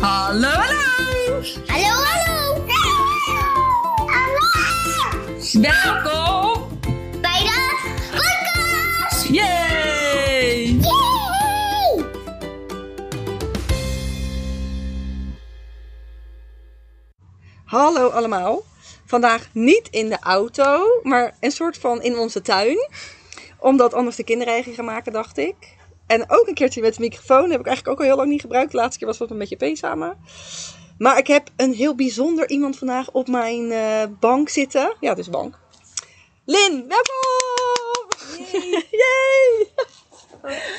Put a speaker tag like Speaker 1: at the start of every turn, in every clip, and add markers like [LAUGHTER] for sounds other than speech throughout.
Speaker 1: Hallo, hallo!
Speaker 2: Hallo, hallo! Hallo!
Speaker 1: Welkom!
Speaker 2: Bij de podcast!
Speaker 1: Yay!
Speaker 2: Yay!
Speaker 3: Hallo allemaal. Vandaag niet in de auto, maar een soort van in onze tuin. Omdat anders de kinderen eigen gaan maken, dacht ik. En ook een keertje met de microfoon. Heb ik eigenlijk ook al heel lang niet gebruikt. De laatste keer was dat een beetje peenzamer. Maar ik heb een heel bijzonder iemand vandaag op mijn eh, bank zitten. Ja, dus bank. Lin, welkom! [LAUGHS] Yay!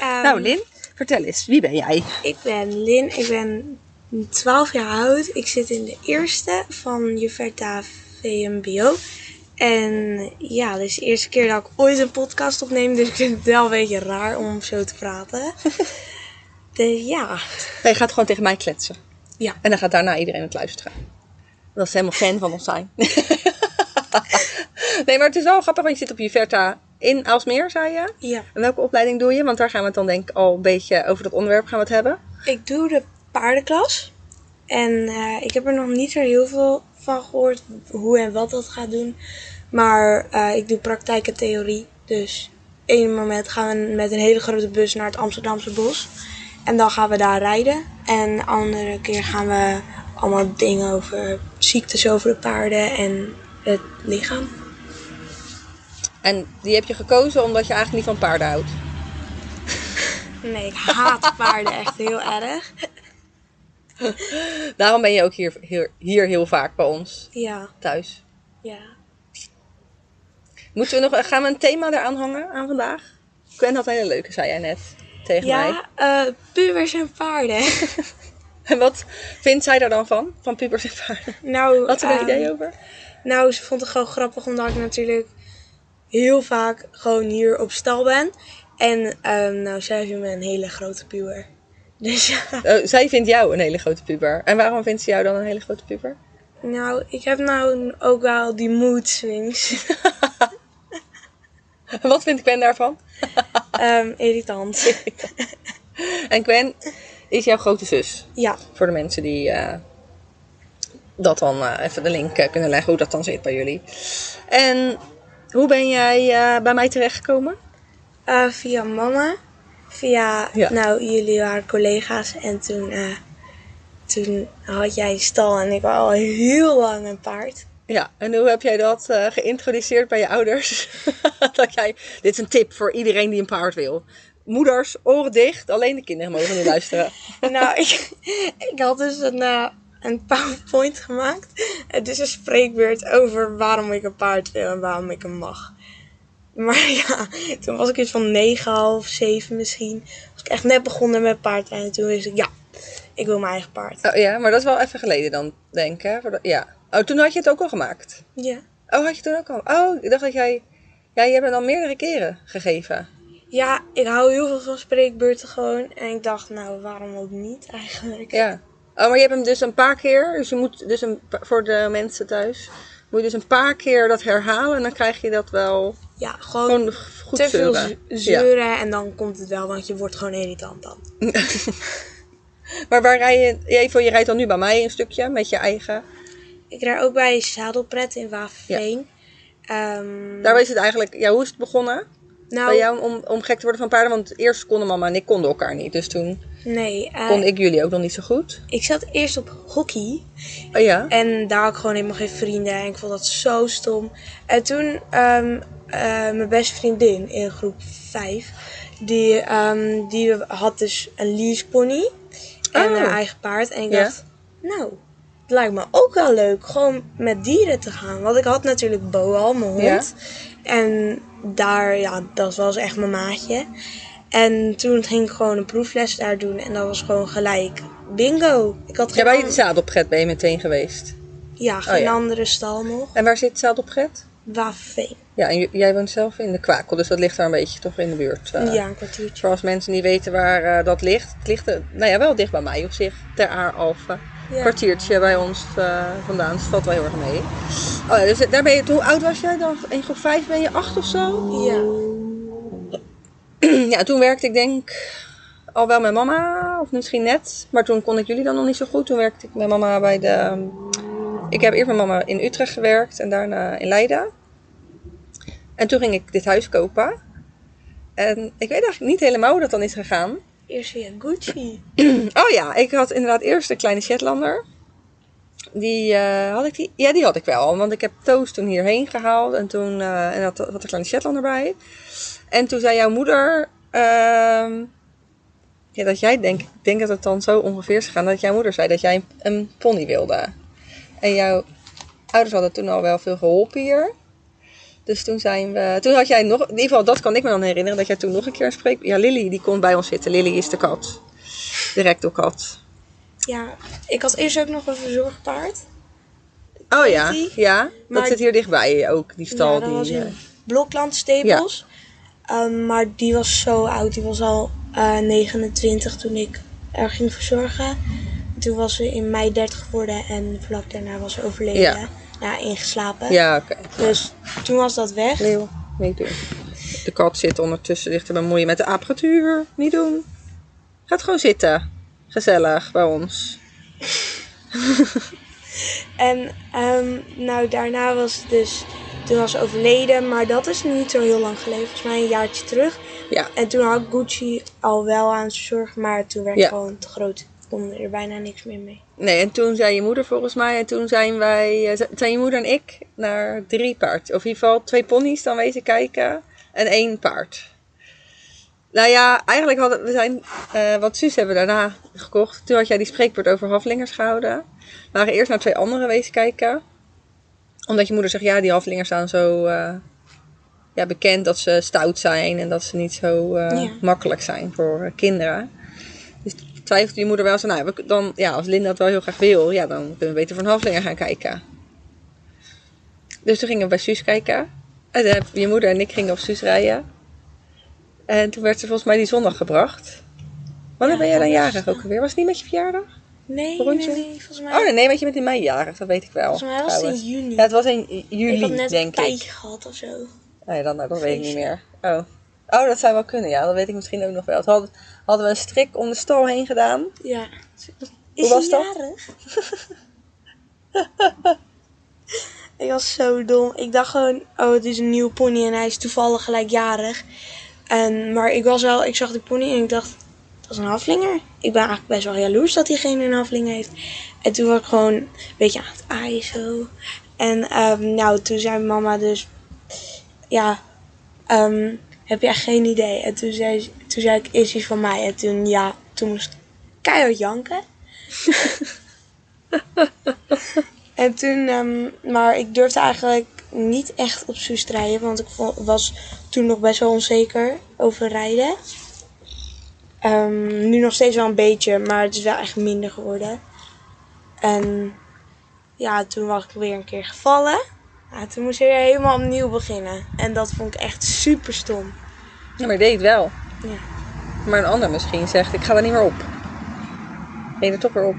Speaker 4: Ehm,
Speaker 3: Nou Lin, vertel eens, wie ben jij?
Speaker 4: Ik ben Lin, ik ben 12 jaar oud. Ik zit in de eerste van Juverta VMBO. En ja, dit is de eerste keer dat ik ooit een podcast opneem, dus ik vind het wel een beetje raar om zo te praten. Dus ja,
Speaker 3: Hij gaat gewoon tegen mij kletsen.
Speaker 4: Ja.
Speaker 3: En dan gaat daarna iedereen het luisteren. Dat is helemaal fan van ons zijn. [LAUGHS] nee, maar het is wel grappig, want je zit op Juverta in Aalsmeer, zei je.
Speaker 4: ja.
Speaker 3: En welke opleiding doe je? Want daar gaan we het dan denk ik al een beetje over dat onderwerp gaan we het hebben.
Speaker 4: Ik doe de paardenklas. En eh, ik heb er nog niet zo heel veel van gehoord hoe en wat dat gaat doen. Maar eh, ik doe praktijk en theorie. Dus één moment gaan we met een hele grote bus naar het Amsterdamse bos. En dan gaan we daar rijden. En de andere keer gaan we allemaal dingen over ziektes over de paarden en het lichaam.
Speaker 3: En die heb je gekozen omdat je eigenlijk niet van paarden houdt.
Speaker 4: Nee, ik haat [LAUGHS] paarden echt heel erg.
Speaker 3: Daarom ben je ook hier, hier, hier heel vaak bij ons
Speaker 4: Ja,
Speaker 3: thuis.
Speaker 4: ja.
Speaker 3: Moeten we nog, gaan we een thema eraan hangen aan vandaag? Gwen had een hele leuke, zei jij net tegen mij.
Speaker 4: Ja, eh pubers en paarden. [LAUGHS]
Speaker 3: En [LAUGHS] wat vindt zij daar dan van? Van pubers en paarden?
Speaker 4: Nou,
Speaker 3: Had ze er een
Speaker 4: ehm,
Speaker 3: idee over?
Speaker 4: Nou, ze vond het gewoon grappig omdat ik natuurlijk heel vaak gewoon hier op stal ben. En ehm, nou, zij vindt me een hele grote puber. [LAUGHS] Dus ja.
Speaker 3: Eh, zij vindt jou een hele grote puber. En waarom vindt ze jou dan een hele grote puber? [LAUGHS]
Speaker 4: Nou, ik heb nou ook wel die mood swings. [LAUGHS]
Speaker 3: Wat vindt Gwen daarvan? [LAUGHS]
Speaker 4: Ehm, irritant.
Speaker 3: En Gwen is jouw grote zus.
Speaker 4: Ja,
Speaker 3: Voor de mensen die eh, dat dan eh, even de link eh, kunnen leggen, hoe dat dan zit bij jullie. En hoe ben jij eh, bij mij terechtgekomen?
Speaker 4: eh, via mama. Via,
Speaker 3: Ja.
Speaker 4: nou, jullie waren collega's. En toen, eh, toen had jij een stal en ik had al heel lang een paard.
Speaker 3: Ja, en hoe heb jij dat eh, geïntroduceerd bij je ouders? [LAUGHS] dat jij, dit is een tip voor iedereen die een paard wil. Moeders, oren dicht, alleen de kinderen mogen nu luisteren.
Speaker 4: Nou, ik, ik had dus een, eh, een PowerPoint gemaakt. Het is een spreekbeurt over waarom ik een paard wil en waarom ik hem mag. Maar [LAUGHS] ja, toen was ik iets van 9, half 7 misschien. Was ik echt net begonnen met paardrijden. En toen wist ik, ja, ik wil mijn eigen paard.
Speaker 3: Oh, ja, maar dat is wel even geleden dan, denk ik. Hè? Voordat- Ja. Oh, toen had je het ook al gemaakt.
Speaker 4: Ja.
Speaker 3: Oh, had je toen ook al? Oh, ik dacht dat jij... Ja, je hebt het al meerdere keren gegeven.
Speaker 4: ja, ik hou heel veel van spreekbeurten gewoon. En ik dacht, nou, waarom ook niet eigenlijk?
Speaker 3: Ja. Oh, maar je hebt hem dus een paar keer. Dus je moet dus een, pa- voor de mensen thuis. Moet je dus een paar keer dat herhalen. En dan krijg je dat wel
Speaker 4: Ja, gewoon,
Speaker 3: gewoon goed
Speaker 4: te veel
Speaker 3: zeuren.
Speaker 4: zu- zeuren en dan komt het wel, want je wordt gewoon irritant dan.
Speaker 3: Ja. Maar waar rij je... Even, je rijdt dan nu bij mij een stukje met je eigen.
Speaker 4: Ik rijd ook bij Zadelpret in Waverveen. Ehm,
Speaker 3: Daar is het eigenlijk... Ja, hoe is het begonnen?
Speaker 4: nou,
Speaker 3: Bij jou om, om gek te worden van paarden. Want eerst konden mama en ik konden elkaar niet. Dus toen
Speaker 4: Nee, eh,
Speaker 3: kon
Speaker 4: ik...
Speaker 3: ik jullie ook nog niet zo goed.
Speaker 4: zat eerst op hockey.
Speaker 3: Oh, ja.
Speaker 4: En daar had ik gewoon helemaal geen vrienden. En ik vond dat zo stom. En toen ehm, eh, mijn beste vriendin in groep 5. Die, ehm, die had dus een leasepony. En
Speaker 3: Oh.
Speaker 4: een eigen paard. En ik
Speaker 3: Ja.
Speaker 4: dacht, nou, het lijkt me ook wel leuk. Gewoon met dieren te gaan. Want ik had natuurlijk Boal, mijn hond.
Speaker 3: Ja.
Speaker 4: En daar, ja, dat was echt mijn maatje. En toen ging ik gewoon een proefles daar doen. En dat was gewoon gelijk bingo. Ik had
Speaker 3: Ja,
Speaker 4: geen,
Speaker 3: bij
Speaker 4: an-
Speaker 3: de zadelpret ben je meteen geweest.
Speaker 4: ja, geen
Speaker 3: Oh, ja.
Speaker 4: andere stal nog.
Speaker 3: En waar zit zadelpret?
Speaker 4: Waverveen.
Speaker 3: Ja, en j- jij woont zelf in de Kwakel, dus dat ligt daar een beetje toch in de buurt. eh.
Speaker 4: ja, een kwartiertje.
Speaker 3: Voor als mensen die weten waar eh, dat ligt. Het ligt eh, nou ja, wel dicht bij mij op zich, ter Aaralve.
Speaker 4: Ja.
Speaker 3: kwartiertje bij ons eh, vandaan, dus dat wel heel erg mee. Oh ja, dus daar ben je, hoe oud was jij dan? In groep 5 ben je 8 of zo?
Speaker 4: Ja.
Speaker 3: [CLEARS THROAT] ja, toen werkte ik denk al wel met mama of misschien net. Maar toen kon ik jullie dan nog niet zo goed. Toen werkte ik met mama bij de... ehm, Ik heb eerst met mama in Utrecht gewerkt en daarna in Leiden. En toen ging ik dit huis kopen. En ik weet eigenlijk niet helemaal hoe dat dan is gegaan.
Speaker 4: Eerst via Gucci.
Speaker 3: [CLEARS THROAT] Oh ja, ik had inderdaad eerst een kleine Shetlander. Die eh, had ik die? Ja, die had ik wel. Want ik heb Toos toen hierheen gehaald. En toen eh, en had, had een kleine Shetlander bij. En toen zei jouw moeder... ehm, ja, dat jij denk, ik denk dat het dan zo ongeveer is gegaan. Dat jouw moeder zei dat jij een, een pony wilde. En jouw ouders hadden toen al wel veel geholpen hier. Dus toen zijn we... Toen had jij nog... In ieder geval, dat kan ik me dan herinneren. Dat jij toen nog een keer spreekt. Ja, Lily die komt bij ons zitten. Lily is de kat. Direct ook had.
Speaker 4: Ja, ik had eerst ook nog een verzorgpaard.
Speaker 3: Oh ja,
Speaker 4: die?
Speaker 3: ja. Dat
Speaker 4: Maar-
Speaker 3: zit hier dichtbij ook, die stal.
Speaker 4: ja, dat
Speaker 3: die,
Speaker 4: was
Speaker 3: eh,
Speaker 4: in Blokland Stapels. Ehm, maar die was zo oud. Die was al eh, 29 toen ik er ging verzorgen. Toen was ze in mei 30 geworden en vlak daarna was ze overleden.
Speaker 3: Ja.
Speaker 4: Ja, ingeslapen.
Speaker 3: ja, oké.
Speaker 4: Dus toen was dat weg.
Speaker 3: Leeuw, niet doen. De kat zit ondertussen zich te bemoeien met de apparatuur. Niet doen. Gaat gewoon zitten. Gezellig bij ons.
Speaker 4: En ehm, nou, daarna was het dus... Toen was ze overleden, maar dat is niet zo heel lang geleden. Volgens mij een jaartje terug.
Speaker 3: Ja,
Speaker 4: En toen had Gucci al wel aan zijn zorg, maar toen werd
Speaker 3: Ja.
Speaker 4: gewoon te groot. Kon er bijna niks meer mee.
Speaker 3: nee, en toen zei je moeder volgens mij, en toen zijn wij, eh, z- zijn je moeder en ik naar drie paard. Of in ieder geval twee ponies dan wezen kijken en één paard. Nou ja, eigenlijk hadden we zijn, eh wat Suus hebben we daarna gekocht. Toen had jij die spreekbeurt over haflingers gehouden. We waren eerst naar twee andere wezen kijken. Omdat je moeder zegt, ja, die haflingers staan zo eh, ja, bekend dat ze stout zijn en dat ze niet zo eh,
Speaker 4: Ja.
Speaker 3: makkelijk zijn voor eh, kinderen. Dus twijfelde je moeder wel zo, nou, we- dan, ja, als Linda het wel heel graag wil, ja, dan kunnen we beter voor een haflinger gaan kijken. Dus toen gingen we bij Suus kijken. En eh, je moeder en ik gingen op Suus rijden. En toen werd ze volgens mij die zondag gebracht. Wanneer
Speaker 4: Ja,
Speaker 3: ben jij dan
Speaker 4: dat was
Speaker 3: jarig ook alweer? Was het niet met je verjaardag?
Speaker 4: Nee, nee,
Speaker 3: Rondje?
Speaker 4: nee, volgens mij...
Speaker 3: Oh nee, nee, want je bent in mei jarig, dat weet ik wel.
Speaker 4: Volgens mij was het in
Speaker 3: trouwens.
Speaker 4: juni.
Speaker 3: Ja, het was in juli,
Speaker 4: ik had net een
Speaker 3: denk ik.
Speaker 4: tijdje gehad of zo.
Speaker 3: Nee, dan, nou, dat weet ik niet meer. Oh. oh, dat zou wel kunnen, ja. Dat weet ik misschien ook nog wel. Toen hadden, hadden we een strik om de stal heen gedaan.
Speaker 4: Ja.
Speaker 3: Hoe
Speaker 4: Is
Speaker 3: was
Speaker 4: hij
Speaker 3: dat?
Speaker 4: jarig? [LAUGHS] ik was zo dom. Ik dacht gewoon, oh, het is een nieuwe pony en hij is toevallig gelijk jarig. En, maar ik was wel, ik zag die pony en ik dacht, dat is een haflinger. Ik ben eigenlijk best wel jaloers dat diegene een hafling heeft. En toen was ik gewoon een beetje aan het aaien zo. En ehm, nou, toen zei mama dus, ja, ehm, heb je echt geen idee? En toen zei, ze- toen zei ik, is hij van mij? En toen, ja, toen moest ik keihard janken. en toen, ehm, maar ik durfde eigenlijk niet echt op Soest rijden, want ik vo- was toen nog best wel onzeker over rijden. Ehm, nu nog steeds wel een beetje, maar het is wel echt minder geworden. En ja, toen was ik weer een keer gevallen. Ja, toen moest je weer helemaal opnieuw beginnen. En dat vond ik echt super stom.
Speaker 3: Ja, maar je deed het wel.
Speaker 4: Ja.
Speaker 3: Maar een ander misschien zegt, ik ga daar niet meer op. Nee, er toch weer op.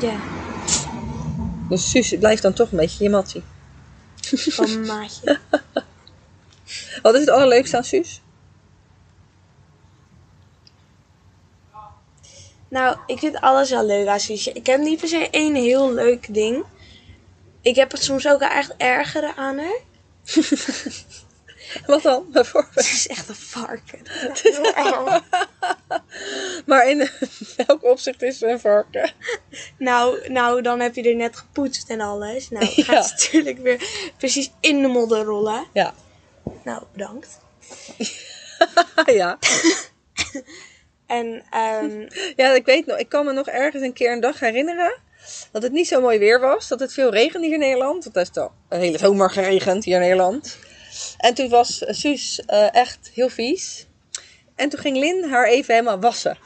Speaker 4: Ja,
Speaker 3: Dus Suus blijft dan toch een beetje je mattie.
Speaker 4: van maatje.
Speaker 3: Wat is het allerleukste aan Suus? [LAUGHS]
Speaker 4: Nou, ik vind alles wel leuk aan sushi. Ik heb niet per se één heel leuk ding. Ik heb het soms ook echt ergeren aan haar.
Speaker 3: Wat dan, bijvoorbeeld?
Speaker 4: Ze is echt een varken. Dat is echt-
Speaker 3: Maar in [LAUGHS] welk opzicht is ze een varken?
Speaker 4: nou, nou, dan heb je er net gepoetst en alles. Nou,
Speaker 3: Ja.
Speaker 4: gaat ze natuurlijk weer precies in de modder rollen.
Speaker 3: Ja.
Speaker 4: Nou, bedankt.
Speaker 3: Ah, ja.
Speaker 4: En ehm,
Speaker 3: Ja, ik weet nog. Ik kan me nog ergens een keer een dag herinneren dat het niet zo mooi weer was. Dat het veel regende hier in Nederland. Want het is al een hele zomer geregend hier in Nederland. En toen was eh, Suus eh, echt heel vies. En toen ging Lin haar even helemaal wassen.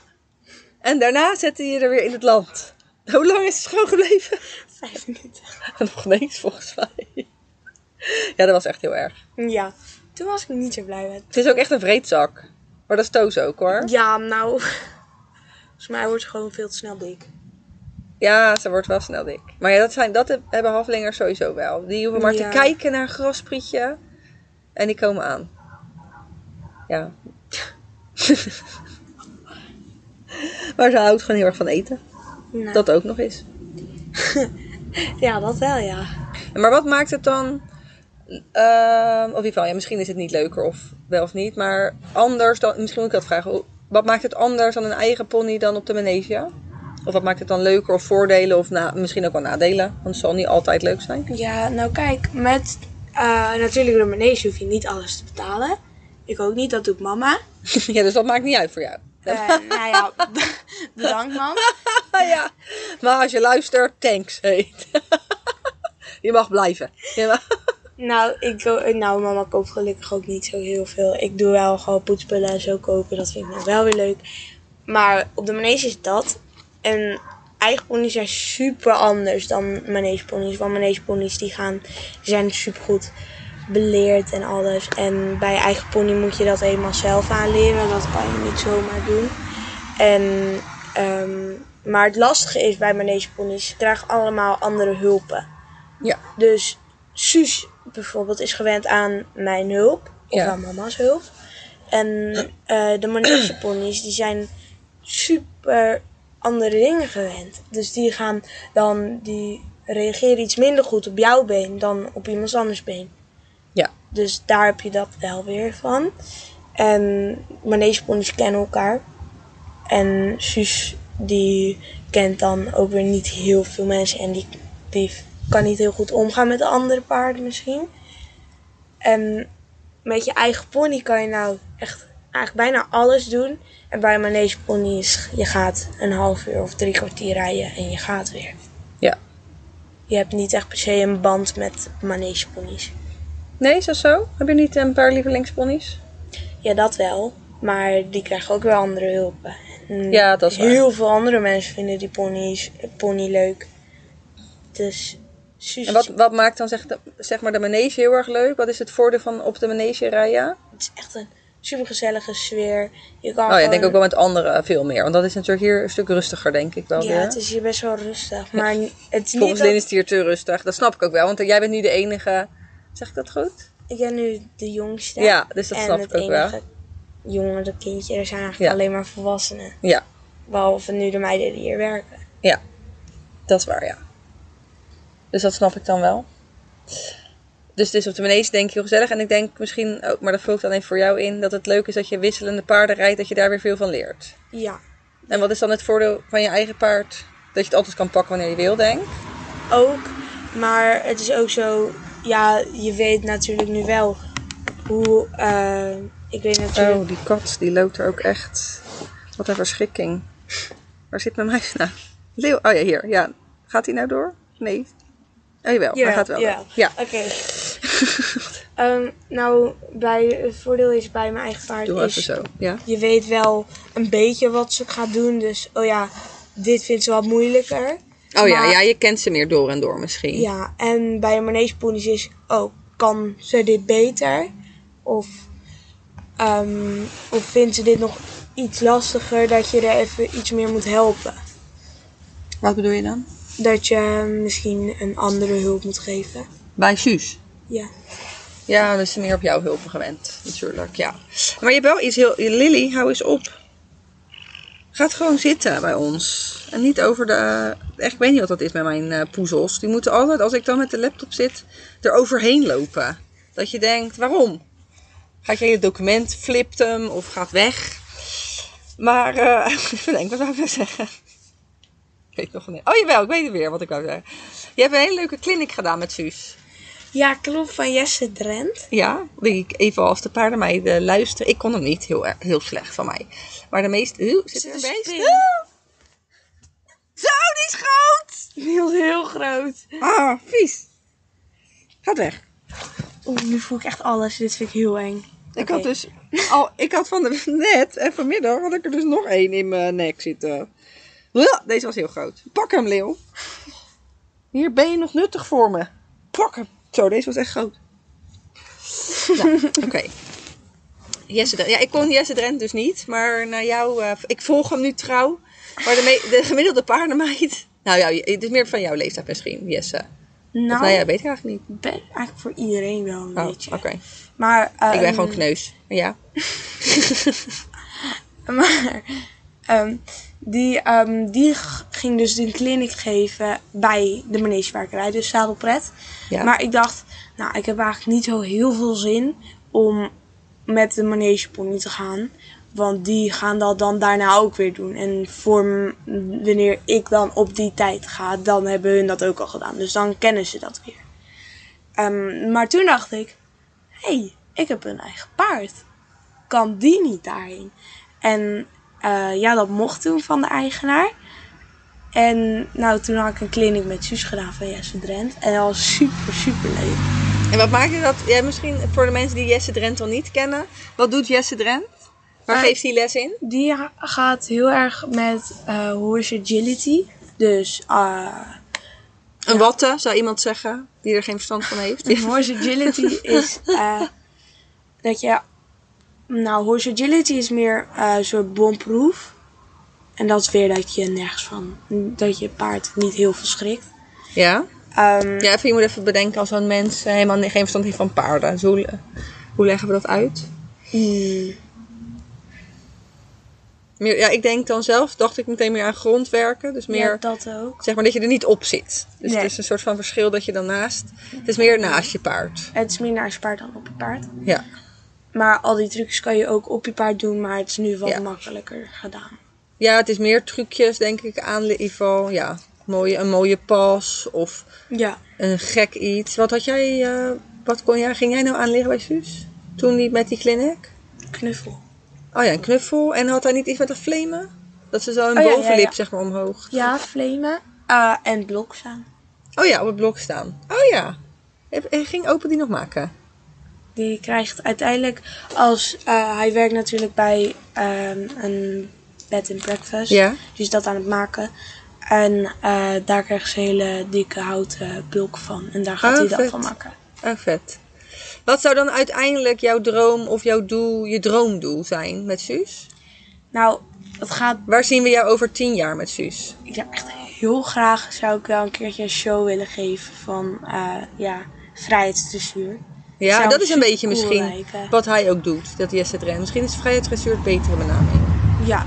Speaker 3: En daarna zette je er weer in het land. Hoe lang is het schoon gebleven? [LAUGHS]
Speaker 4: vijf minuten.
Speaker 3: Nog niks volgens mij. Ja, dat was echt heel erg.
Speaker 4: Ja, toen was ik niet zo blij met.
Speaker 3: Het is ook echt een vreedzak. Maar dat is Toos ook hoor.
Speaker 4: Ja, nou. [LAUGHS] Volgens mij wordt ze gewoon veel te snel dik.
Speaker 3: Ja, ze wordt wel snel dik. Maar ja, dat, zijn, dat heb- hebben halflingers sowieso wel. Die hoeven maar
Speaker 4: Ja.
Speaker 3: te kijken naar een grasprietje. En die komen aan. Ja. [LAUGHS] Maar ze houdt gewoon heel erg van eten.
Speaker 4: Nou,
Speaker 3: Dat ook nog eens.
Speaker 4: Ja, dat wel, ja.
Speaker 3: Maar wat maakt het dan... ehm, of in ieder geval, ja, misschien is het niet leuker of wel of niet. Maar anders dan... Misschien moet ik dat vragen. Hoe- Wat maakt het anders dan een eigen pony dan op de manege? ja? Of wat maakt het dan leuker of voordelen of na, misschien ook wel nadelen? Want het zal niet altijd leuk zijn.
Speaker 4: Ja, nou kijk, met eh, natuurlijk de manege hoef je niet alles te betalen. Ik ook niet, dat doet mama.
Speaker 3: [LAUGHS] ja, dus dat maakt niet uit voor jou.
Speaker 4: [LAUGHS] Eh, nou ja, bedankt mam.
Speaker 3: Ah, ja. Maar als je luistert, thanks. Hey. [LAUGHS] je mag blijven. Je mag- [LAUGHS]
Speaker 4: Nou, ik, ko- eh, nou, mama koopt gelukkig ook niet zo heel veel. Ik doe wel gewoon poetspullen en zo kopen. Dat vind ik nog wel weer leuk. Maar op de manege is dat. En eigen ponies zijn super anders dan manegeponies. Want manegeponies die gaan, die zijn super goed beleerd en alles. En bij eigen pony moet je dat helemaal zelf aanleren. Dat kan je niet zomaar doen. En, ehm, maar het lastige is bij manegeponies, ze dragen allemaal andere hulpen.
Speaker 3: ja.
Speaker 4: Dus Suus bijvoorbeeld is gewend aan mijn hulp. Of
Speaker 3: Ja.
Speaker 4: aan mama's hulp. En eh, de manegeponies die zijn super andere dingen gewend. Dus die gaan dan, die reageren iets minder goed op jouw been dan op iemands anders been.
Speaker 3: Ja.
Speaker 4: Dus daar heb je dat wel weer van. En manegeponies kennen elkaar. En Suus die kent dan ook weer niet heel veel mensen. En die, die kan niet heel goed omgaan met de andere paarden misschien. En met je eigen pony kan je nou echt eigenlijk bijna alles doen. En bij een manegepony is je gaat een half uur of drie kwartier rijden en je gaat weer.
Speaker 3: Ja.
Speaker 4: Je hebt niet echt per se een band met manegeponies.
Speaker 3: Nee, is dat zo? Heb je niet een paar lievelingsponies?
Speaker 4: Ja, dat wel. Maar die krijgen ook wel andere hulpen. En
Speaker 3: Ja, dat is waar.
Speaker 4: Heel veel andere mensen vinden die pony's, pony leuk. Dus Suus
Speaker 3: En wat, wat maakt dan zeg, de- zeg maar de manege heel erg leuk? Wat is het voordeel van op de manege rijden?
Speaker 4: het is echt een supergezellige sfeer. Je kan
Speaker 3: Oh ja, ik
Speaker 4: gewoon-
Speaker 3: denk ook wel met anderen veel meer. Want dat is natuurlijk hier een stuk rustiger, denk ik wel
Speaker 4: Ja,
Speaker 3: weer.
Speaker 4: het is hier best wel rustig. Maar het is niet
Speaker 3: Volgens
Speaker 4: dat...
Speaker 3: Lin is het hier te rustig. Dat snap ik ook wel, want jij bent nu de enige... Zeg ik dat goed?
Speaker 4: Ik ben nu de jongste.
Speaker 3: Ja, dus dat
Speaker 4: en
Speaker 3: snap
Speaker 4: het
Speaker 3: ik ook wel.
Speaker 4: enige jongere kindje. Er zijn eigenlijk
Speaker 3: Ja.
Speaker 4: alleen maar volwassenen.
Speaker 3: Ja,
Speaker 4: Behalve nu de meiden die hier werken.
Speaker 3: ja. Dat is waar, ja. Dus dat snap ik dan wel. Dus het is op de manege denk ik heel gezellig. En ik denk misschien ook, maar dat vult dan even voor jou in... dat het leuk is dat je wisselende paarden rijdt, dat je daar weer veel van leert.
Speaker 4: Ja.
Speaker 3: En wat is dan het voordeel van je eigen paard? Dat je het altijd kan pakken wanneer je wil, denk ik.
Speaker 4: ook. Maar het is ook zo, ja, je weet natuurlijk nu wel hoe. eh, ik weet natuurlijk.
Speaker 3: Oh, die kat, die loopt er ook echt. Wat een verschrikking. Waar zit mijn meisje nou? Leeuw, oh ja, hier. Ja. Gaat hij nou door? Nee. Oh jawel, hij gaat wel
Speaker 4: ja.
Speaker 3: door. Ja.
Speaker 4: Oké.
Speaker 3: [LAUGHS]
Speaker 4: Ehm, nou, bij, het voordeel is bij mijn eigen paard.
Speaker 3: Doe
Speaker 4: is,
Speaker 3: even zo. Ja.
Speaker 4: Je weet wel een beetje wat ze gaat doen. Dus, oh ja, dit vindt ze wat moeilijker.
Speaker 3: Oh ja,
Speaker 4: Maar-
Speaker 3: ja, je kent ze meer door en door misschien.
Speaker 4: Ja, en bij de manegeponies is, oh, kan ze dit beter? Of, ehm, of vindt ze dit nog iets lastiger dat je er even iets meer moet helpen?
Speaker 3: Wat bedoel je dan?
Speaker 4: Dat je misschien een andere hulp moet geven.
Speaker 3: Bij Suus.
Speaker 4: Ja.
Speaker 3: Ja, dus meer op jouw hulp gewend, natuurlijk. Ja. Maar je hebt wel iets heel. Lily, hou eens op. Gaat gewoon zitten bij ons. En niet over de. eh, Echt, ik weet niet wat dat is met mijn eh, poezels. Die moeten altijd, als ik dan met de laptop zit, er overheen lopen. Dat je denkt, waarom? Gaat je hele document, flipt hem of gaat weg? Maar, eh [LAUGHS] ik denk, wat zou ik nou zeggen? Ik weet nog niet. Oh jawel, ik weet het weer wat ik wou zeggen. Je hebt een hele leuke clinic gedaan met Suus.
Speaker 4: Ja, klopt, van Jesse Drent. [LAUGHS]
Speaker 3: Ja, die ik even als de paardenmeiden luisteren. Ik kon hem niet, heel, erg- heel slecht van mij. Maar de meeste... Oeh, zit er een
Speaker 4: Zit er
Speaker 3: beest?
Speaker 4: spin?
Speaker 3: Oeh! Zo, die is groot!
Speaker 4: Heel, heel groot.
Speaker 3: Ah, vies. Gaat weg.
Speaker 4: Oeh, nu voel ik echt alles. Dit vind ik heel eng.
Speaker 3: Ik
Speaker 4: Oké.
Speaker 3: had dus al, ik had van de [LAUGHS] net en vanmiddag had ik er dus nog één in mijn nek zitten. Ja, Deze was heel groot. Pak hem, leeuw. Hier ben je nog nuttig voor me. Pak hem. Zo, deze was echt [LAUGHS] groot. Nou, oké. Jesse Drent. Ja, ik kon Jesse Drent dus niet, maar naar jou, eh, ik volg hem nu trouw. Maar de, me- de gemiddelde paardenmeid. Nou ja, het is meer van jouw leeftijd misschien, Jesse.
Speaker 4: Nou,
Speaker 3: Of, nou ja, weet ik eigenlijk niet.
Speaker 4: ben eigenlijk voor iedereen wel een
Speaker 3: Oh,
Speaker 4: beetje.
Speaker 3: oké.
Speaker 4: Maar,
Speaker 3: Ik ben
Speaker 4: ehm, [LAUGHS]
Speaker 3: gewoon kneus. Ja.
Speaker 4: Maar, ehm, Die, ehm, die g- ging dus een clinic geven bij de manegewerkerij, dus zadelpret.
Speaker 3: Ja.
Speaker 4: Maar ik dacht, nou, ik heb eigenlijk niet zo heel veel zin om met de manegepony te gaan. Want die gaan dat dan daarna ook weer doen. En voor m- wanneer ik dan op die tijd ga, dan hebben hun dat ook al gedaan. Dus dan kennen ze dat weer. Ehm, maar toen dacht ik, hé, hey, ik heb een eigen paard. Kan die niet daarheen? En eh, ja, dat mocht toen van de eigenaar. En nou, toen had ik een clinic met Suus gedaan van Jesse Drent. En dat was super, super leuk.
Speaker 3: En wat maakt dat? Ja, misschien voor de mensen die Jesse Drent al niet kennen. Wat doet Jesse Drent? Waar
Speaker 4: Eh,
Speaker 3: geeft hij les in?
Speaker 4: Die ha- gaat heel erg met eh, horse agility. Dus eh,
Speaker 3: Een watte, zou iemand zeggen, die er geen verstand van heeft.
Speaker 4: een horse agility is eh, dat je... Nou, horse agility is meer eh, een soort bomproof. En dat is weer dat je nergens van... Dat je paard niet heel veel schrikt.
Speaker 3: [LAUGHS] Ja?
Speaker 4: Ehm,
Speaker 3: Ja, even, je moet even bedenken als zo'n mens helemaal geen verstand heeft van paarden. Dus hoe, hoe leggen we dat uit?
Speaker 4: mm,
Speaker 3: Meer, ja, ik denk dan zelf, dacht ik meteen meer aan grondwerken. Dus meer,
Speaker 4: ja, dat ook.
Speaker 3: zeg maar, dat je er niet op zit. Dus
Speaker 4: Nee.
Speaker 3: het is een soort van verschil dat je dan naast... Het is meer naast je paard.
Speaker 4: Het is meer naar je paard dan op je paard.
Speaker 3: Ja.
Speaker 4: Maar al die trucjes kan je ook op je paard doen, maar het is nu wat
Speaker 3: Ja.
Speaker 4: makkelijker gedaan.
Speaker 3: Ja, het is meer trucjes, denk ik, aan Ivo. Ja, mooie, een mooie pas of
Speaker 4: Ja.
Speaker 3: een gek iets. Wat had jij, eh, wat kon jij, ging jij nou aanleggen bij Suus? Toen die met die clinic?
Speaker 4: Knuffel.
Speaker 3: Oh ja, een knuffel. En had hij niet iets met een flamen? Dat ze zo een
Speaker 4: Oh ja, ja,
Speaker 3: bovenlip,
Speaker 4: ja.
Speaker 3: zeg maar, omhoog.
Speaker 4: Ja, flamen. Eh, en blokzaam.
Speaker 3: Oh ja, op het blok staan. Oh ja. Heb- En ging open die nog maken?
Speaker 4: Die krijgt uiteindelijk, als eh, hij werkt natuurlijk bij ehm, een bed and breakfast.
Speaker 3: Ja.
Speaker 4: Dus dat aan het maken. En eh, daar krijgt ze hele dikke houten bulk van. En daar gaat
Speaker 3: Ah,
Speaker 4: hij dat
Speaker 3: vet.
Speaker 4: van maken.
Speaker 3: Ah, vet. Wat zou dan uiteindelijk jouw droom of jouw doel, je droomdoel zijn met Suus?
Speaker 4: Nou, het gaat
Speaker 3: Waar zien we jou over tien jaar met Suus?
Speaker 4: Ik zou echt heel graag zou ik wel een keertje een show willen geven van eh, ja, vrijheidsdressuur.
Speaker 3: Ja,
Speaker 4: Zou
Speaker 3: dat is een
Speaker 4: super
Speaker 3: beetje
Speaker 4: cool
Speaker 3: misschien
Speaker 4: lijken.
Speaker 3: wat hij ook doet, dat Jesse Dren. Misschien is vrijheidsdressuur het betere benaming.
Speaker 4: Ja,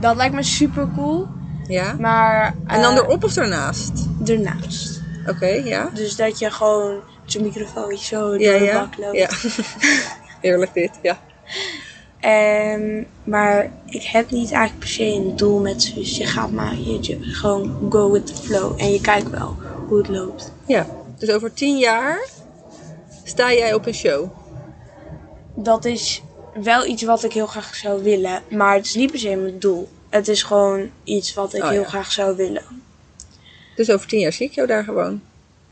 Speaker 4: dat lijkt me super cool.
Speaker 3: Ja?
Speaker 4: Maar eh,
Speaker 3: En dan erop of ernaast?
Speaker 4: ernaast.
Speaker 3: Oké, ja.
Speaker 4: Dus dat je gewoon met zo'n microfoontje zo door
Speaker 3: Ja,
Speaker 4: de
Speaker 3: ja.
Speaker 4: bak loopt.
Speaker 3: ja. [LAUGHS] Eerlijk dit, ja.
Speaker 4: En, Ehm, maar ik heb niet eigenlijk per se een doel met zus. Je gaat maar je, je- gewoon go with the flow. En je kijkt wel hoe het loopt.
Speaker 3: Ja. Dus over tien jaar sta jij op een show.
Speaker 4: dat is wel iets wat ik heel graag zou willen. Maar het is niet per se mijn doel. Het is gewoon iets wat ik
Speaker 3: Oh,
Speaker 4: heel
Speaker 3: ja.
Speaker 4: graag zou willen.
Speaker 3: Dus over tien jaar zie ik jou daar gewoon.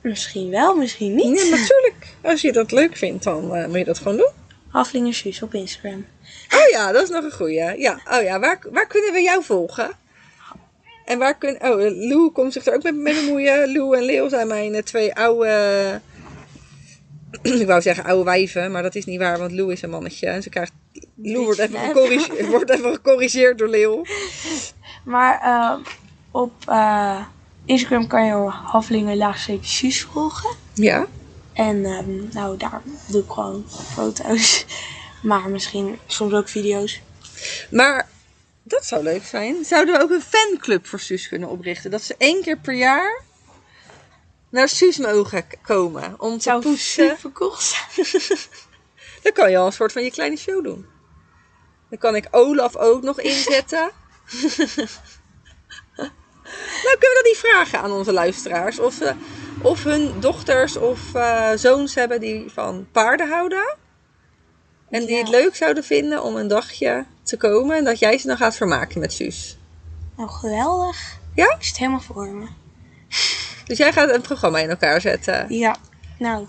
Speaker 4: Misschien wel, misschien niet.
Speaker 3: Ja,
Speaker 4: [LAUGHS]
Speaker 3: natuurlijk. Als je dat leuk vindt, dan eh, moet je dat gewoon doen.
Speaker 4: Haflinger Suus op Instagram.
Speaker 3: Oh ja, dat is nog een goeie. Ja, oh ja, waar, waar kunnen we jou volgen? En waar kun... Oh, eh, Lou komt zich er ook mee- mee bemoeien. Lou en Leo zijn mijn eh, twee oude... [CLEARS THROAT] Ik wou zeggen oude wijven, maar dat is niet waar, want Lou is een mannetje. En ze krijgt... Lou wordt even, gecorrige- [LAUGHS] wordt even gecorrigeerd door Leo.
Speaker 4: Maar eh, op eh, Instagram kan je Haflinger laagstreepje Suus volgen.
Speaker 3: Ja.
Speaker 4: En ehm, nou, daar doe ik gewoon foto's. [LAUGHS] Maar misschien soms ook video's.
Speaker 3: Maar dat zou leuk zijn. Zouden we ook een fanclub voor Suus kunnen oprichten? Dat ze één keer per jaar naar Suus mogen k- komen. Om te
Speaker 4: Zou
Speaker 3: poetsen.
Speaker 4: super cool zijn.
Speaker 3: [LAUGHS] Dan kan je al een soort van je kleine show doen. Dan kan ik Olaf ook nog
Speaker 4: [LAUGHS]
Speaker 3: inzetten. nou, kunnen we dat niet vragen aan onze luisteraars? Of, ze- of hun dochters of eh, zoons hebben die van paarden houden. En die
Speaker 4: Ja.
Speaker 3: het leuk zouden vinden om een dagje te komen. En dat jij ze dan gaat vermaken met Suus.
Speaker 4: Nou, geweldig.
Speaker 3: Ja?
Speaker 4: Ik zit helemaal voor me.
Speaker 3: Dus jij gaat een programma in elkaar zetten.
Speaker 4: Ja. Nou,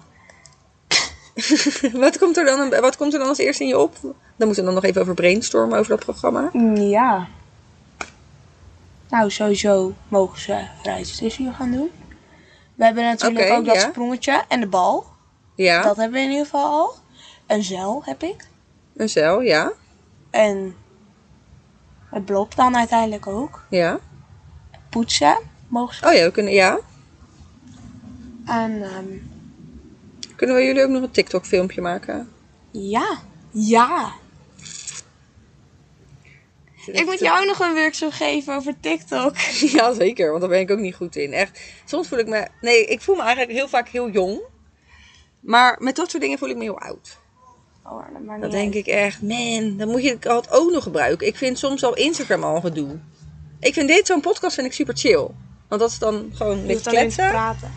Speaker 3: [LAUGHS] wat, komt er dan, wat komt er dan als eerste in je op? Dan moeten we dan nog even over brainstormen over dat programma.
Speaker 4: Mm, Ja. Nou, sowieso mogen ze rijstdressuur gaan doen. We hebben natuurlijk
Speaker 3: Oké,
Speaker 4: ook dat
Speaker 3: ja.
Speaker 4: sprongetje en de bal.
Speaker 3: Ja,
Speaker 4: Dat hebben we in ieder geval al. Een zeil heb ik.
Speaker 3: een cel, ja.
Speaker 4: En het blok dan uiteindelijk ook.
Speaker 3: ja.
Speaker 4: Poetsen mogen ze.
Speaker 3: Oh ja, we kunnen, ja.
Speaker 4: En ehm,
Speaker 3: Kunnen we jullie ook nog een TikTok filmpje maken?
Speaker 4: ja. Ja. Ik
Speaker 3: eh,
Speaker 4: moet jou nog een workshop geven over TikTok.
Speaker 3: [LAUGHS] Ja, zeker, want daar ben ik ook niet goed in. Echt, soms voel ik me... Nee, ik voel me eigenlijk heel vaak heel jong. Maar met dat soort dingen voel ik me heel oud.
Speaker 4: Oh, dat maakt
Speaker 3: Dan
Speaker 4: niet
Speaker 3: denk ik echt, man, dan moet je het altijd ook nog gebruiken. Ik vind soms al Instagram al een gedoe. Ik vind dit, zo'n podcast vind ik super chill. Want dat is dan gewoon een
Speaker 4: uit.
Speaker 3: beetje
Speaker 4: Je hoeft alleen te
Speaker 3: kletsen.
Speaker 4: praten.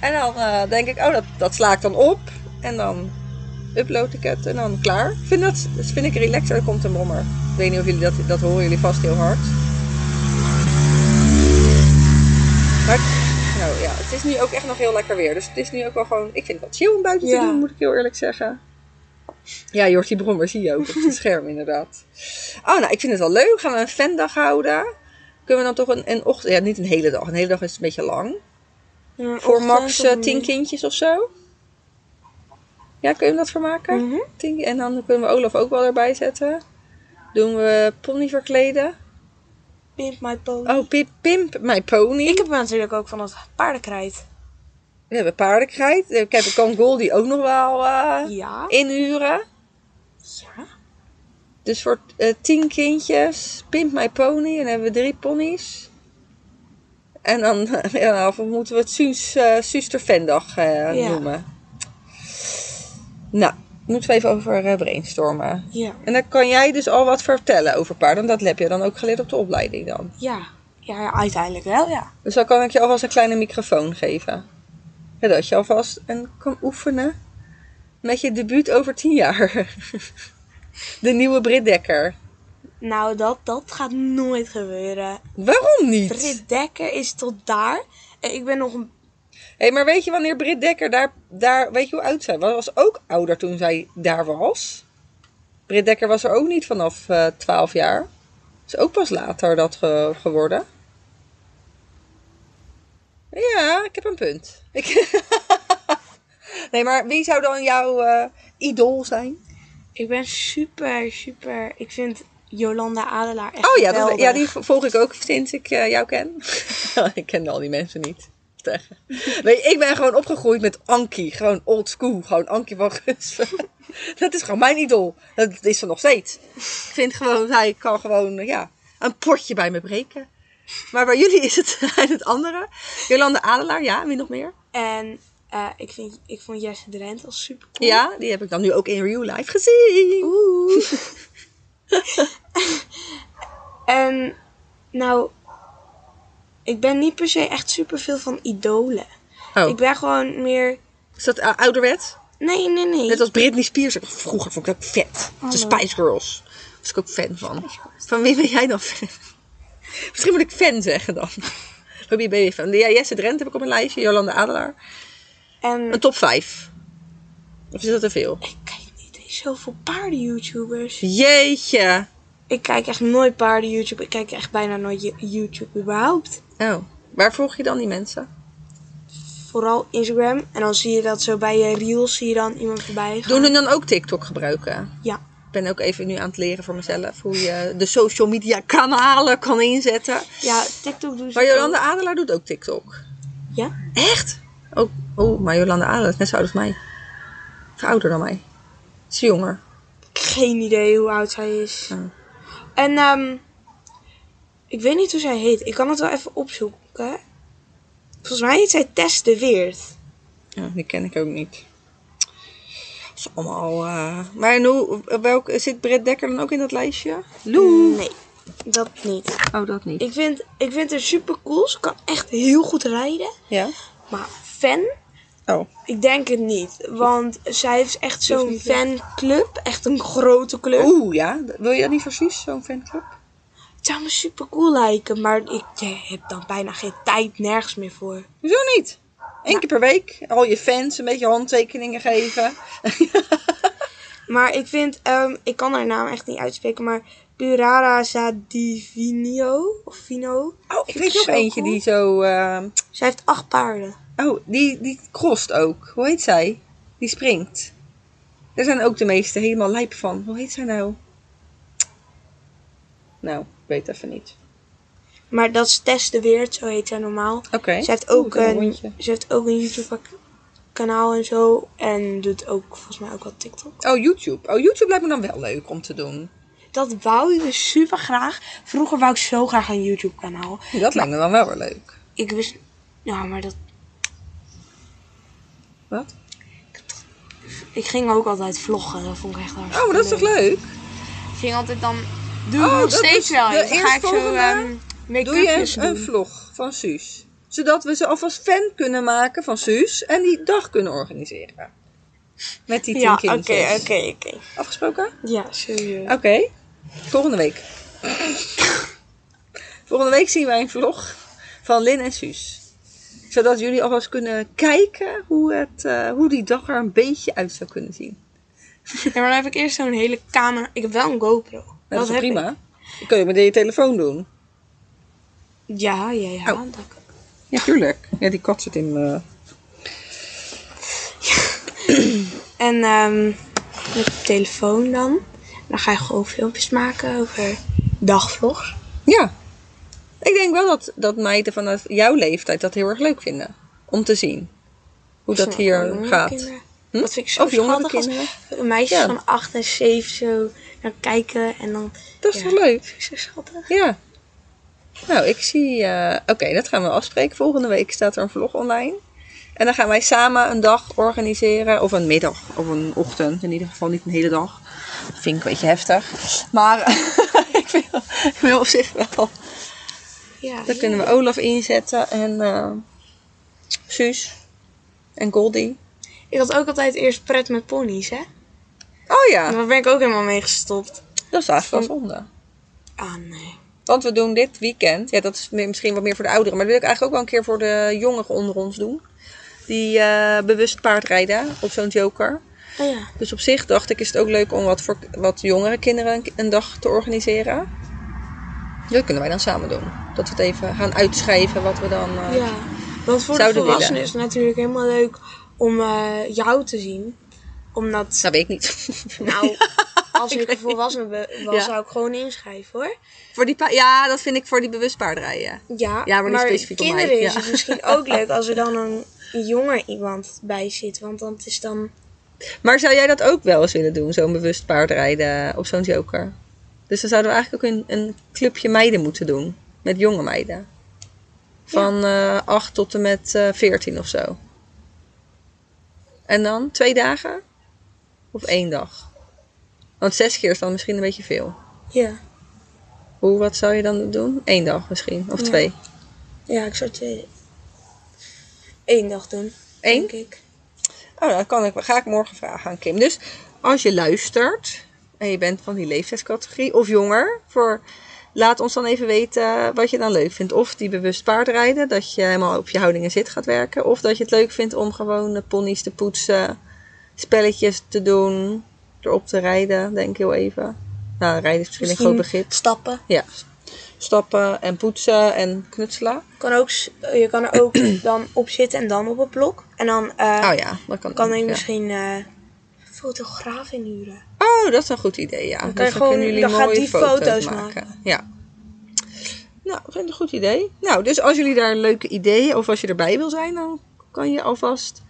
Speaker 3: En dan eh, denk ik, oh, dat, dat sla ik dan op. En dan upload ik het en dan klaar. Ik vind dat, dat vind ik relaxer. Er komt een brommer. Ik weet niet of jullie dat, dat horen jullie vast heel hard. Maar, nou ja, het is nu ook echt nog heel lekker weer. Dus het is nu ook wel gewoon, ik vind het wel chill om buiten te
Speaker 4: Ja.
Speaker 3: doen, moet ik heel eerlijk zeggen. Ja, je hoort die brommer, zie je ook op het scherm inderdaad. Oh, nou, ik vind het wel leuk. Gaan we een fandag houden? Kunnen we dan toch een, een ochtend, ja, niet een hele dag. Een hele dag is een beetje lang.
Speaker 4: Ja,
Speaker 3: Voor
Speaker 4: ochtend
Speaker 3: max
Speaker 4: of
Speaker 3: eh,
Speaker 4: een-
Speaker 3: tien kindjes of zo. Ja, kun je hem dat voor maken?
Speaker 4: Mhm.
Speaker 3: Tien- en dan kunnen we Olaf ook wel erbij zetten. Doen we pony verkleden.
Speaker 4: Pimp my pony.
Speaker 3: Oh, Pip, Pimp, mijn pony.
Speaker 4: Ik heb natuurlijk ook van dat paardenkrijt.
Speaker 3: We hebben paardenkrijt. Ik heb ik kan Goldie ook nog wel eh,
Speaker 4: Ja.
Speaker 3: inhuren.
Speaker 4: Ja.
Speaker 3: Dus voor eh, tien kindjes, Pimp mijn pony. En dan hebben we drie ponies. En dan [LAUGHS] ja, of moeten we het Suus, eh Suster Vendag eh,
Speaker 4: Ja.
Speaker 3: noemen. Nou, moeten we even over eh, brainstormen.
Speaker 4: Ja.
Speaker 3: En dan kan jij dus al wat vertellen over paarden. want Dat heb je dan ook geleerd op de opleiding dan.
Speaker 4: Ja. Ja, ja, uiteindelijk wel, ja.
Speaker 3: Dus dan kan ik je alvast een kleine microfoon geven. En dat je alvast en kan oefenen met je debuut over tien jaar. [LAUGHS] de nieuwe Brit Dekker.
Speaker 4: Nou, dat, dat gaat nooit gebeuren.
Speaker 3: Waarom niet?
Speaker 4: Brit Dekker is tot daar. En ik ben nog een...
Speaker 3: Hé, maar weet je wanneer Brit Dekker daar, daar... Weet je hoe oud zij was? was ook ouder toen zij daar was. Brit Dekker was er ook niet vanaf eh 12 jaar. Is ook pas later dat ge- geworden. Ja, ik heb een punt. Ik... [LAUGHS] nee, maar wie zou dan jouw eh, idool zijn?
Speaker 4: Ik ben super, super... Ik vind Jolanda Adelaar echt
Speaker 3: Oh ja, dat,
Speaker 4: geweldig.
Speaker 3: ja, die volg ik ook sinds ik eh, jou ken. [LAUGHS] ik ken al die mensen niet. Zeg. Weet je, ik ben gewoon opgegroeid met Ankie. Gewoon old school. Gewoon Ankie van Gunsven. [LAUGHS] dat is gewoon mijn idool. Dat is ze nog steeds. Ik vind gewoon, hij kan gewoon eh, ja, een potje bij me breken. Maar bij jullie is het [LAUGHS] het andere. Jolande Adelaar, ja, wie nog meer?
Speaker 4: En eh, ik, vind, ik vond Jesse Drent al super cool.
Speaker 3: Ja, die heb ik dan nu ook in real life gezien.
Speaker 4: Oeh. [LAUGHS] en nou, ik ben niet per se echt super veel van idolen.
Speaker 3: Oh,
Speaker 4: Ik ben gewoon meer.
Speaker 3: is dat eh, ouderwets?
Speaker 4: Nee, nee, nee.
Speaker 3: Net als Britney Spears. Vroeger vond ik dat vet. De Spice Girls. Was ik ook fan van. Van wie ben jij dan fan? [LAUGHS] Misschien moet ik fan zeggen dan. Van wie ben je fan? Ja, Jesse Drent heb ik op mijn lijstje. Jolande Adelaar. Een
Speaker 4: En
Speaker 3: top 5. Of is dat te veel?
Speaker 4: ik kijk niet eens zoveel paarden-YouTubers.
Speaker 3: Jeetje.
Speaker 4: Ik kijk echt nooit paarden-YouTube. Ik kijk echt bijna nooit Yo- YouTube überhaupt.
Speaker 3: Oh, waar volg je dan die mensen?
Speaker 4: Vooral Instagram. En dan zie je dat zo bij je reels zie je dan iemand voorbij gaan.
Speaker 3: Doen hun dan ook TikTok gebruiken?
Speaker 4: Ja.
Speaker 3: Ik ben ook even nu aan het leren voor mezelf. Hoe je de social media kanalen kan inzetten.
Speaker 4: Ja, TikTok doen ze
Speaker 3: Maar Jolande
Speaker 4: ook.
Speaker 3: Adelaar doet ook TikTok.
Speaker 4: Ja?
Speaker 3: Echt? Oh, oh maar Jolanda Adel is net zo oud als mij. Of ouder dan mij. Ze is jonger.
Speaker 4: Geen idee hoe oud zij is.
Speaker 3: Oh.
Speaker 4: En ehm ik weet niet hoe zij heet. Ik kan het wel even opzoeken. Volgens mij heet zij Tess de Weert.
Speaker 3: Ja, die ken ik ook niet. Dat is allemaal... eh, Maar en hoe, welk, zit Brett Dekker dan ook in dat lijstje? Lou!
Speaker 4: Nee, dat niet.
Speaker 3: Oh, dat niet.
Speaker 4: Ik vind, ik vind haar super cool. Ze kan echt heel goed rijden.
Speaker 3: Ja?
Speaker 4: Maar fan?
Speaker 3: Oh.
Speaker 4: Ik denk het niet. Want zij heeft echt zo'n
Speaker 3: niet, ja.
Speaker 4: fanclub. Echt een grote club.
Speaker 3: Oeh, ja. Wil je dat niet precies, zo'n fanclub?
Speaker 4: Het zou me super cool lijken. Maar ik heb dan bijna geen tijd nergens meer voor.
Speaker 3: Hoezo niet? Eén keer per week. Al je fans een beetje handtekeningen geven.
Speaker 4: Maar ik vind, ehm, ik kan haar naam echt niet uitspreken, maar Burara Zadivinio of Vino.
Speaker 3: Oh, ik
Speaker 4: Vind
Speaker 3: weet
Speaker 4: ik
Speaker 3: nog
Speaker 4: zo
Speaker 3: eentje
Speaker 4: cool.
Speaker 3: die zo... eh,
Speaker 4: Zij heeft acht paarden.
Speaker 3: Oh, die, die crossed ook. Hoe heet zij? Die springt. Daar zijn ook de meesten helemaal lijp van. Hoe heet zij nou? Nou, ik weet even niet.
Speaker 4: Maar dat is Tess de Weert, zo heet zij normaal.
Speaker 3: Oké.
Speaker 4: Ze heeft ook
Speaker 3: Oeh,
Speaker 4: een,
Speaker 3: hondje.
Speaker 4: ze heeft ook een YouTube kanaal en zo. En doet ook volgens mij ook wat TikTok.
Speaker 3: Oh, YouTube. Oh, YouTube lijkt me dan wel leuk om te doen.
Speaker 4: dat wou ik dus super graag. Vroeger wou ik zo graag een YouTube kanaal.
Speaker 3: Dat lijkt me dan wel weer leuk.
Speaker 4: Ik wist. Ja, maar dat.
Speaker 3: Wat?
Speaker 4: Ik ging ook altijd vloggen. Dat vond ik echt hartstikke
Speaker 3: Oh, maar dat is toch leuk?
Speaker 4: Ik ging altijd dan. Doe
Speaker 3: Oh,
Speaker 4: ik nog
Speaker 3: dat
Speaker 4: steeds
Speaker 3: is
Speaker 4: wel.
Speaker 3: de
Speaker 4: eens. Dan ga ik zo
Speaker 3: eerstvolgende.
Speaker 4: ehm
Speaker 3: Doe je
Speaker 4: make-upjes
Speaker 3: eens
Speaker 4: doen.
Speaker 3: een vlog van Suus. Zodat we ze alvast fan kunnen maken van Suus en die dag kunnen organiseren. Met die tien
Speaker 4: Ja, oké,
Speaker 3: kindjes.
Speaker 4: oké, oké.
Speaker 3: Afgesproken?
Speaker 4: Ja, sowieso.
Speaker 3: Oké, volgende week. volgende week zien wij een vlog van Lin en Suus. Zodat jullie alvast kunnen kijken hoe, het, eh, hoe die dag er een beetje uit zou kunnen zien.
Speaker 4: Ja, maar dan heb ik eerst zo'n hele camera. Ik heb wel een GoPro.
Speaker 3: Nou, dat is
Speaker 4: heb
Speaker 3: wel prima. Dat kun je met je telefoon doen.
Speaker 4: ik. Ja, ja, ja.
Speaker 3: Oh.
Speaker 4: dat kan.
Speaker 3: Ja, tuurlijk. Ja, die kat zit in eh, mijn...
Speaker 4: En ehm, met de telefoon dan. Dan ga je gewoon filmpjes maken over dagvlogs.
Speaker 3: Ja. Ik denk wel dat, dat meiden vanuit jouw leeftijd dat heel erg leuk vinden. Om te zien hoe dat
Speaker 4: Snap,
Speaker 3: hier
Speaker 4: jongere
Speaker 3: gaat.
Speaker 4: kinderen.
Speaker 3: Hm?
Speaker 4: Dat vind ik zo
Speaker 3: Of jongere
Speaker 4: schattig als
Speaker 3: kinderen.
Speaker 4: een meisje
Speaker 3: Ja.
Speaker 4: van 8 en 7 zo naar kijken. En dan...
Speaker 3: Dat is
Speaker 4: ja,
Speaker 3: toch leuk?
Speaker 4: Dat vind ik zo schattig.
Speaker 3: Ja. Nou, ik zie... eh, Oké, dat gaan we afspreken. Volgende week staat er een vlog online. En dan gaan wij samen een dag organiseren. Of een middag. Of een ochtend. In ieder geval niet een hele dag. Dat vind ik een beetje heftig. Maar [LAUGHS] ik, wil, ik wil op zich wel.
Speaker 4: Ja,
Speaker 3: Dan
Speaker 4: ja.
Speaker 3: kunnen we Olaf inzetten. En eh Suus. En Goldie.
Speaker 4: Ik had ook altijd eerst pret met ponies, hè?
Speaker 3: Oh ja.
Speaker 4: Daar ben ik ook helemaal mee gestopt.
Speaker 3: Dat is eigenlijk wel zonde.
Speaker 4: Ah, nee.
Speaker 3: Want we doen dit weekend, ja, dat is mi- misschien wat meer voor de ouderen, maar dat wil ik eigenlijk ook wel een keer voor de jongeren onder ons doen. Die eh, bewust paardrijden op zo'n joker.
Speaker 4: Oh ja.
Speaker 3: Dus op zich dacht ik, is het ook leuk om wat voor wat jongere kinderen een, een dag te organiseren. Dat kunnen wij dan samen doen. Dat we het even gaan uitschrijven wat we dan. eh,
Speaker 4: Ja, want voor de
Speaker 3: Zouden
Speaker 4: volwassenen
Speaker 3: willen.
Speaker 4: is het natuurlijk helemaal leuk om eh, jou te zien. Omdat,
Speaker 3: Dat weet ik niet. [LAUGHS]
Speaker 4: nou, als ik een volwassene be- was,
Speaker 3: Ja.
Speaker 4: zou ik gewoon inschrijven hoor.
Speaker 3: voor die pa- ja, dat vind ik voor die bewust paardrijden.
Speaker 4: Ja,
Speaker 3: Ja, maar niet specifiek om mij,
Speaker 4: kinderen is
Speaker 3: ja.
Speaker 4: het misschien
Speaker 3: [LAUGHS]
Speaker 4: ook leuk als er dan een jonger iemand bij zit. Want dan is dan...
Speaker 3: Maar zou jij dat ook wel eens willen doen, zo'n bewust paardrijden eh, op zo'n joker? Dus dan zouden we eigenlijk ook een, een clubje meiden moeten doen. Met jonge meiden. Van eh 8 tot en met eh 14 of zo. En dan twee dagen? Of één dag? Want zes keer is dan misschien een beetje veel.
Speaker 4: Ja,
Speaker 3: Hoe, wat zou je dan doen? Eén dag misschien, of
Speaker 4: Ja.
Speaker 3: twee.
Speaker 4: ja ik zou twee... Eén dag doen,
Speaker 3: Eén?
Speaker 4: denk ik.
Speaker 3: Oh, dat kan ik, ga ik morgen vragen aan Kim. Dus als je luistert en je bent van die leeftijdscategorie of jonger, voor, laat ons dan even weten wat je dan leuk vindt. Of die bewust paardrijden, dat je helemaal op je houding en zit gaat werken. Of dat je het leuk vindt om gewoon de ponies te poetsen, spelletjes te doen, erop te rijden, denk ik heel even. Nou, rijden is misschien een groot begrip.
Speaker 4: stappen.
Speaker 3: Ja, stappen en poetsen en knutselen.
Speaker 4: Kan ook, s- eh, je kan
Speaker 3: [CLEARS THROAT]
Speaker 4: er ook dan op zitten en dan op het blok. En dan eh,
Speaker 3: Oh ja, dat kan,
Speaker 4: kan
Speaker 3: ook,
Speaker 4: ik
Speaker 3: ja.
Speaker 4: misschien eh fotograaf inhuren.
Speaker 3: Oh, dat is een goed idee, ja. Dus
Speaker 4: kan je
Speaker 3: dan
Speaker 4: gewoon-
Speaker 3: kunnen jullie
Speaker 4: dan gaat
Speaker 3: mooie
Speaker 4: die foto's maken.
Speaker 3: Ja. Nou, ik vind het een goed idee. Nou, dus als jullie daar leuke ideeën of als je erbij wil zijn, dan kan je alvast...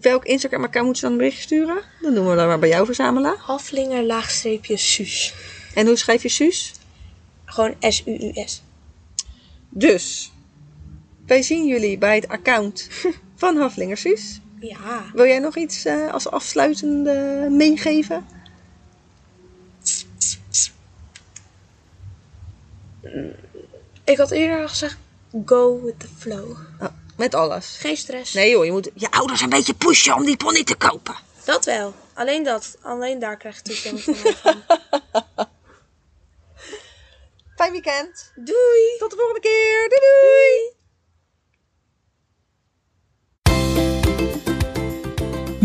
Speaker 3: Welk Instagram-account moeten ze dan een bericht sturen? Dan doen we dat maar bij jou verzamelen.
Speaker 4: Haflinger laagstreepje Suus.
Speaker 3: En hoe schrijf je Suus?
Speaker 4: Gewoon S-U-U-S.
Speaker 3: Dus, wij zien jullie bij het
Speaker 4: [LAUGHS]
Speaker 3: account van Haflinger Suus.
Speaker 4: Ja.
Speaker 3: Wil jij nog iets eh, als afsluitende meegeven?
Speaker 4: Ik had eerder al gezegd, go with the flow.
Speaker 3: Oh, met alles.
Speaker 4: Geen stress.
Speaker 3: Nee joh, je moet je ouders een beetje pushen om die pony te kopen.
Speaker 4: Dat wel. Alleen dat. Alleen daar krijg je toestemming van mij van.
Speaker 3: Fijn weekend.
Speaker 4: Doei!
Speaker 3: Tot de volgende keer. Doei doei.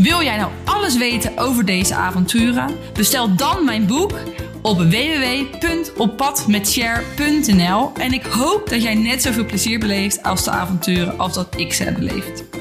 Speaker 1: Wil jij nou alles weten over deze avonturen? Bestel dan mijn boek op www.oppadmetshare.nl en ik hoop dat jij net zoveel plezier beleeft als de avonturen als dat ik ze heb beleefd.